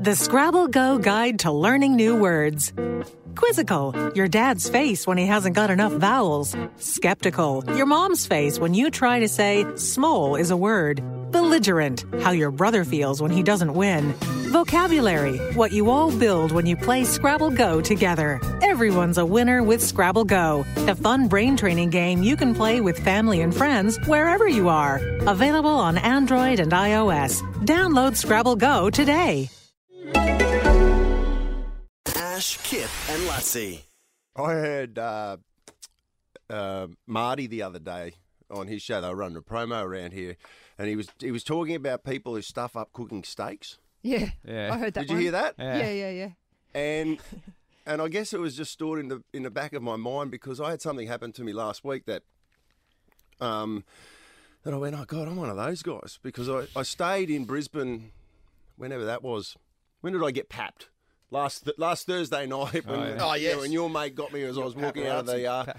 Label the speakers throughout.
Speaker 1: The Scrabble Go Guide to Learning New Words. Quizzical, your dad's face when he hasn't got enough vowels. Skeptical, your mom's face when you try to say small is a word. Belligerent, how your brother feels when he doesn't win. Vocabulary, what you all build when you play Scrabble Go together. Everyone's a winner with Scrabble Go, the fun brain training game you can play with family and friends wherever you are. Available on Android and iOS. Download Scrabble Go today.
Speaker 2: Ash, Kip, and Lassie.
Speaker 3: I heard uh, uh, Marty the other day on his show. They were running a promo around here, and he was he was talking about people who stuff up cooking steaks.
Speaker 4: Yeah.
Speaker 5: Yeah.
Speaker 4: I heard that
Speaker 3: Did
Speaker 4: one.
Speaker 3: you hear that?
Speaker 4: Yeah, yeah, yeah. yeah.
Speaker 3: And and I guess it was just stored in the in the back of my mind because I had something happen to me last week that um that I went, oh God, I'm one of those guys because I, I stayed in Brisbane whenever that was. When did I get papped? Last th- last Thursday night when,
Speaker 5: yeah.
Speaker 2: Oh, yes.
Speaker 3: when your mate got me as I was walking out of the uh,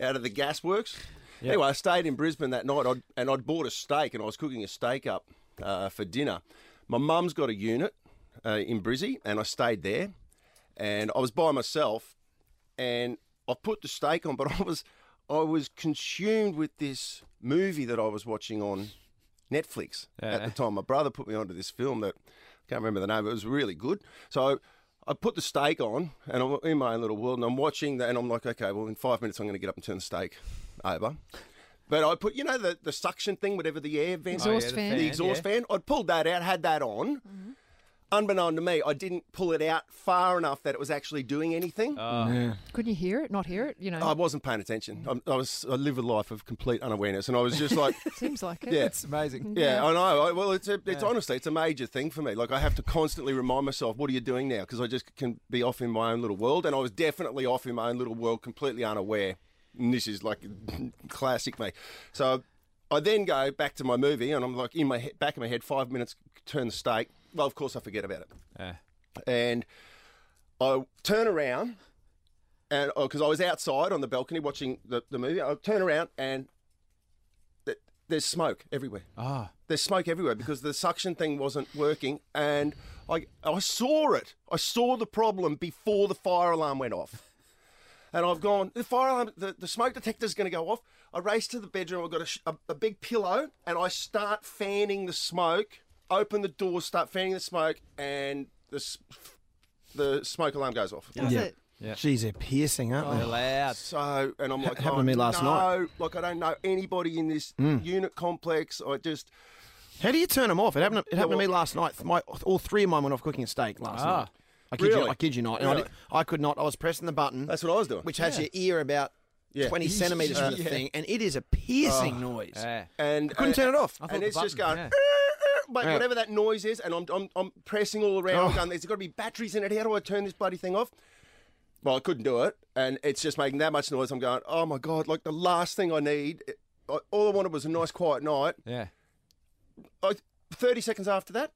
Speaker 3: out of the gas works.
Speaker 5: Yeah.
Speaker 3: Anyway, I stayed in Brisbane that night I'd, and I'd bought a steak and I was cooking a steak up uh, for dinner. My mum's got a unit uh, in Brizzy and I stayed there and I was by myself and I put the steak on, but I was I was consumed with this movie that I was watching on Netflix at
Speaker 5: Yeah.
Speaker 3: the time. My brother put me onto this film that I can't remember the name, but it was really good. So I put the steak on and I'm in my own little world and I'm watching that and I'm like, okay, well in five minutes I'm gonna get up and turn the steak over. But I put, you know, the, the suction thing, whatever the air vent
Speaker 4: Oh, yeah, Exhaust fan. Mm-hmm.
Speaker 3: the exhaust fan. I'd pulled that out, had that on. Unbeknown to me, I didn't pull it out far enough that it was actually doing anything.
Speaker 4: Oh, Couldn't you hear it? Not hear it? You know,
Speaker 3: I wasn't paying attention. I, I was. I live a life of complete unawareness, and I was just like,
Speaker 4: seems like it.
Speaker 3: yeah,
Speaker 5: It's amazing.
Speaker 3: yeah, I know. I, well, it's a, it's honestly, it's a major thing for me. Like I have to constantly remind myself, what are you doing now? Because I just can be off in my own little world, and I was definitely off in my own little world, completely unaware. And this is like classic me. So I then go back to my movie, and I'm like in my he- back of my head, five minutes, turn the stake. Well, of course I forget about it,
Speaker 5: Yeah.
Speaker 3: and I turn around, and because I was outside on the balcony watching the, the movie, I turn around and. th- There's smoke everywhere
Speaker 5: Ah.
Speaker 3: there's smoke everywhere because the suction thing wasn't working and I, I saw it. I saw the problem before the fire alarm went off. And I've gone, the fire alarm, the, the smoke detector's going to go off. I race to the bedroom. I've got a, sh- a, a big pillow and I start fanning the smoke, open the door, start fanning the smoke, and the, s- the smoke alarm goes off.
Speaker 4: Does
Speaker 6: Yeah.
Speaker 4: it?
Speaker 6: Jeez, they're piercing, aren't
Speaker 5: They're
Speaker 6: they?
Speaker 5: loud.
Speaker 3: So, and I'm like,
Speaker 6: happened to
Speaker 3: oh,
Speaker 6: me last
Speaker 3: no,
Speaker 6: night. Hmm.
Speaker 3: Like, I don't know anybody in this unit complex. I just,
Speaker 6: How do you turn them off? It happened. It happened to
Speaker 3: well-
Speaker 6: me last night. My all three of mine went off cooking a steak last
Speaker 5: Ah.
Speaker 6: night. I kid
Speaker 3: Really?
Speaker 6: you. I kid you not. And I,
Speaker 3: Really?
Speaker 6: did, I could not. I was pressing the button,
Speaker 3: that's what I was doing.
Speaker 6: which has your ear about
Speaker 3: Yeah. Oh,
Speaker 6: twenty centimeters from the thing, and it is a piercing noise.
Speaker 5: Yeah.
Speaker 3: and uh,
Speaker 6: I couldn't turn it off. I
Speaker 5: thought
Speaker 3: And
Speaker 5: the
Speaker 3: it's just going,
Speaker 5: button,
Speaker 3: "Er, er," but whatever that noise is, and I'm, I'm, I'm pressing all around.
Speaker 6: Oh.
Speaker 3: I'm going, there's got to be batteries in it. How do I turn this bloody thing off? Well, I couldn't do it, and it's just making that much noise. I'm going, oh my god! Like the last thing I need, I- all I wanted was a nice quiet night.
Speaker 5: Yeah.
Speaker 3: I, Thirty seconds after that,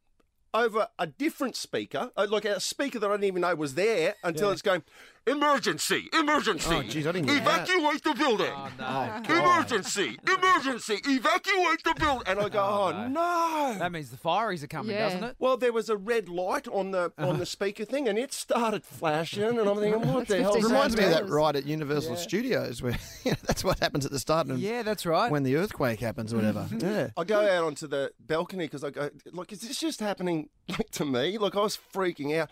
Speaker 3: over a different speaker, uh, like a speaker that I didn't even know was there, until it's going, emergency, emergency,
Speaker 6: Oh, geez, I didn't hear that. Oh,
Speaker 3: evacuate the building.
Speaker 5: No.
Speaker 3: Emergency! Emergency! Evacuate the building! And I go, oh,
Speaker 5: no.
Speaker 3: no.
Speaker 5: That means the fireys are coming,
Speaker 4: Yeah.
Speaker 5: doesn't it?
Speaker 3: Well, there was a red light on the
Speaker 6: Uh-huh.
Speaker 3: on the speaker thing, and it started flashing, and I'm thinking, what the hell?
Speaker 6: It
Speaker 3: is
Speaker 4: Fifteen
Speaker 6: reminds me of
Speaker 3: that?
Speaker 6: that ride at Universal Studios where that's what happens at the start and
Speaker 5: Yeah, that's right.
Speaker 6: when the earthquake happens or whatever. yeah.
Speaker 3: I go out onto the balcony because I go, like, is this just happening like to me? Like I was freaking out,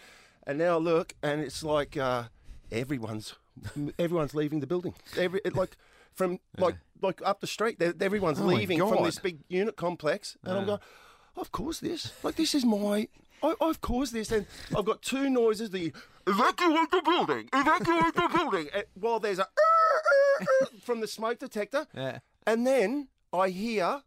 Speaker 3: and now I look, and it's like uh, everyone's everyone's leaving the building. Every it, like from like like up the street, they're, everyone's
Speaker 6: Oh my
Speaker 3: leaving from
Speaker 6: God.
Speaker 3: this big unit complex, and I'm going, I've caused this. Like this is my. I, I've caused this, and I've got two noises: the evacuate the building, evacuate the building. and- while there's a "Er, er, er" from the smoke detector,
Speaker 5: Yeah.
Speaker 3: and then I hear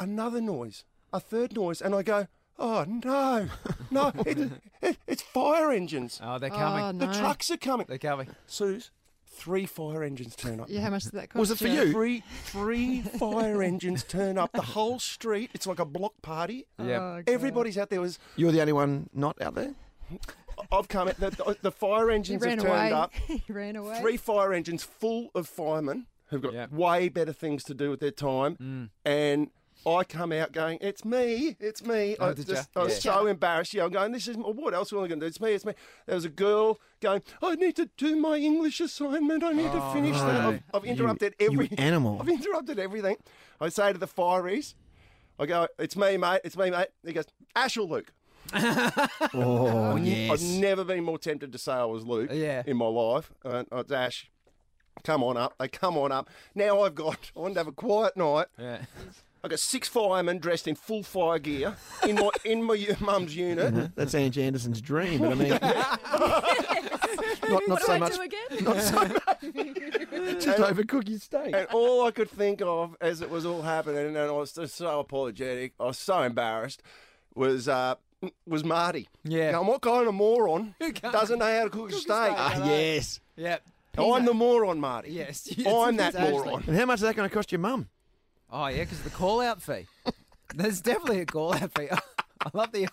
Speaker 3: another noise, a third noise, and I go, oh no, no, it, it, it's fire engines.
Speaker 5: Oh, they're coming.
Speaker 4: Oh, no.
Speaker 3: the trucks are coming.
Speaker 5: They're coming.
Speaker 3: Suze, three fire engines turn up.
Speaker 4: Yeah, how much did that cost?
Speaker 6: Was it for
Speaker 4: you?
Speaker 6: you?
Speaker 3: Three, three fire engines turn up the whole street. It's like a block party.
Speaker 5: Yeah.
Speaker 4: Oh, God.
Speaker 3: Everybody's out there. Was
Speaker 6: You're the only one not out there?
Speaker 3: I've come. at- The, the, the fire
Speaker 4: He
Speaker 3: engines have
Speaker 4: ran
Speaker 3: turned
Speaker 4: away.
Speaker 3: up.
Speaker 4: he ran away.
Speaker 3: Three fire engines full of firemen who've got
Speaker 5: Yep.
Speaker 6: Mm.
Speaker 3: way better things to do with their time, and I come out going, it's me, it's me. I,
Speaker 6: Oh, did
Speaker 3: just,
Speaker 6: ya?
Speaker 3: I was
Speaker 6: Yeah.
Speaker 3: so embarrassed. Yeah, I'm going, this is what else am I going to do? It's me, it's me. There was a girl going, I need to do my English assignment. I need to finish that. I've, I've interrupted
Speaker 6: Oh, you
Speaker 3: every
Speaker 6: animal.
Speaker 3: I've interrupted everything. I say to the fireys, I go, it's me, mate, it's me, mate. He goes, Ashel Luke.
Speaker 6: Oh,
Speaker 3: I've
Speaker 6: yes.
Speaker 3: never been more tempted to say I was Luke
Speaker 5: Yeah.
Speaker 3: in my life. And I dash, come on up. They come on up. Now I've got, I want to have a quiet night.
Speaker 5: Yeah.
Speaker 3: I've got six firemen dressed in full fire gear in my in my u- mum's unit.
Speaker 6: That's Ange Anderson's dream, but I mean, not, not
Speaker 4: What
Speaker 6: so
Speaker 4: do
Speaker 6: much.
Speaker 4: I do again?
Speaker 6: Just overcook your steak.
Speaker 3: And all I could think of as it was all happening, and I was just so apologetic, I was so embarrassed, was uh, was Marty.
Speaker 5: Yeah.
Speaker 3: Going, what kind of moron
Speaker 5: can't-
Speaker 3: doesn't know how to cook a steak? Uh,
Speaker 6: Ah, yes.
Speaker 5: Yep.
Speaker 3: I'm the moron, Marty.
Speaker 5: Yes.
Speaker 3: I'm that
Speaker 5: It's actually-
Speaker 3: moron.
Speaker 6: And how much is that going to cost your mum?
Speaker 5: Oh yeah, because the call out fee. There's definitely a call out fee. I love the.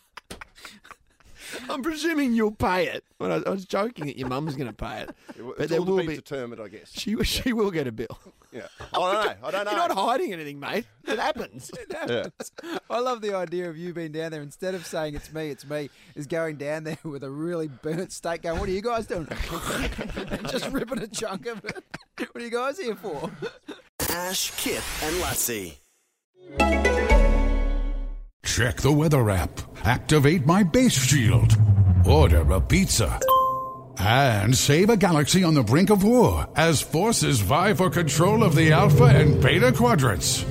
Speaker 6: I'm presuming you'll pay it. Well, I, I was joking that your mum's going to pay it,
Speaker 3: It's
Speaker 6: but there
Speaker 3: all to
Speaker 6: will
Speaker 3: be
Speaker 6: be.
Speaker 3: determined, I guess.
Speaker 6: She she will get a bill.
Speaker 3: Yeah. I don't know. I don't know.
Speaker 6: You're not hiding anything, mate. It happens.
Speaker 5: I love the idea of you being down there instead of saying it's me, it's me, is going down there with a really burnt steak going, What are you guys doing? Just ripping a chunk of it. What are you guys here for?
Speaker 2: Ash, Kip, and Lassie.
Speaker 7: Check the weather app. Activate my base shield. Order a pizza. And save a galaxy on the brink of war as forces vie for control of the Alpha and Beta quadrants.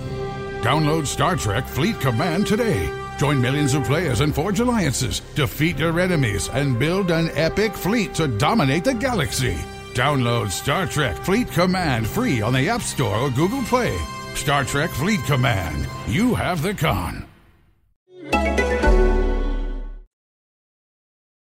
Speaker 7: Download Star Trek Fleet Command today. Join millions of players and forge alliances, defeat your enemies, and build an epic fleet to dominate the galaxy. Download Star Trek Fleet Command free on the App Store or Google Play. Star Trek Fleet Command. You have the con.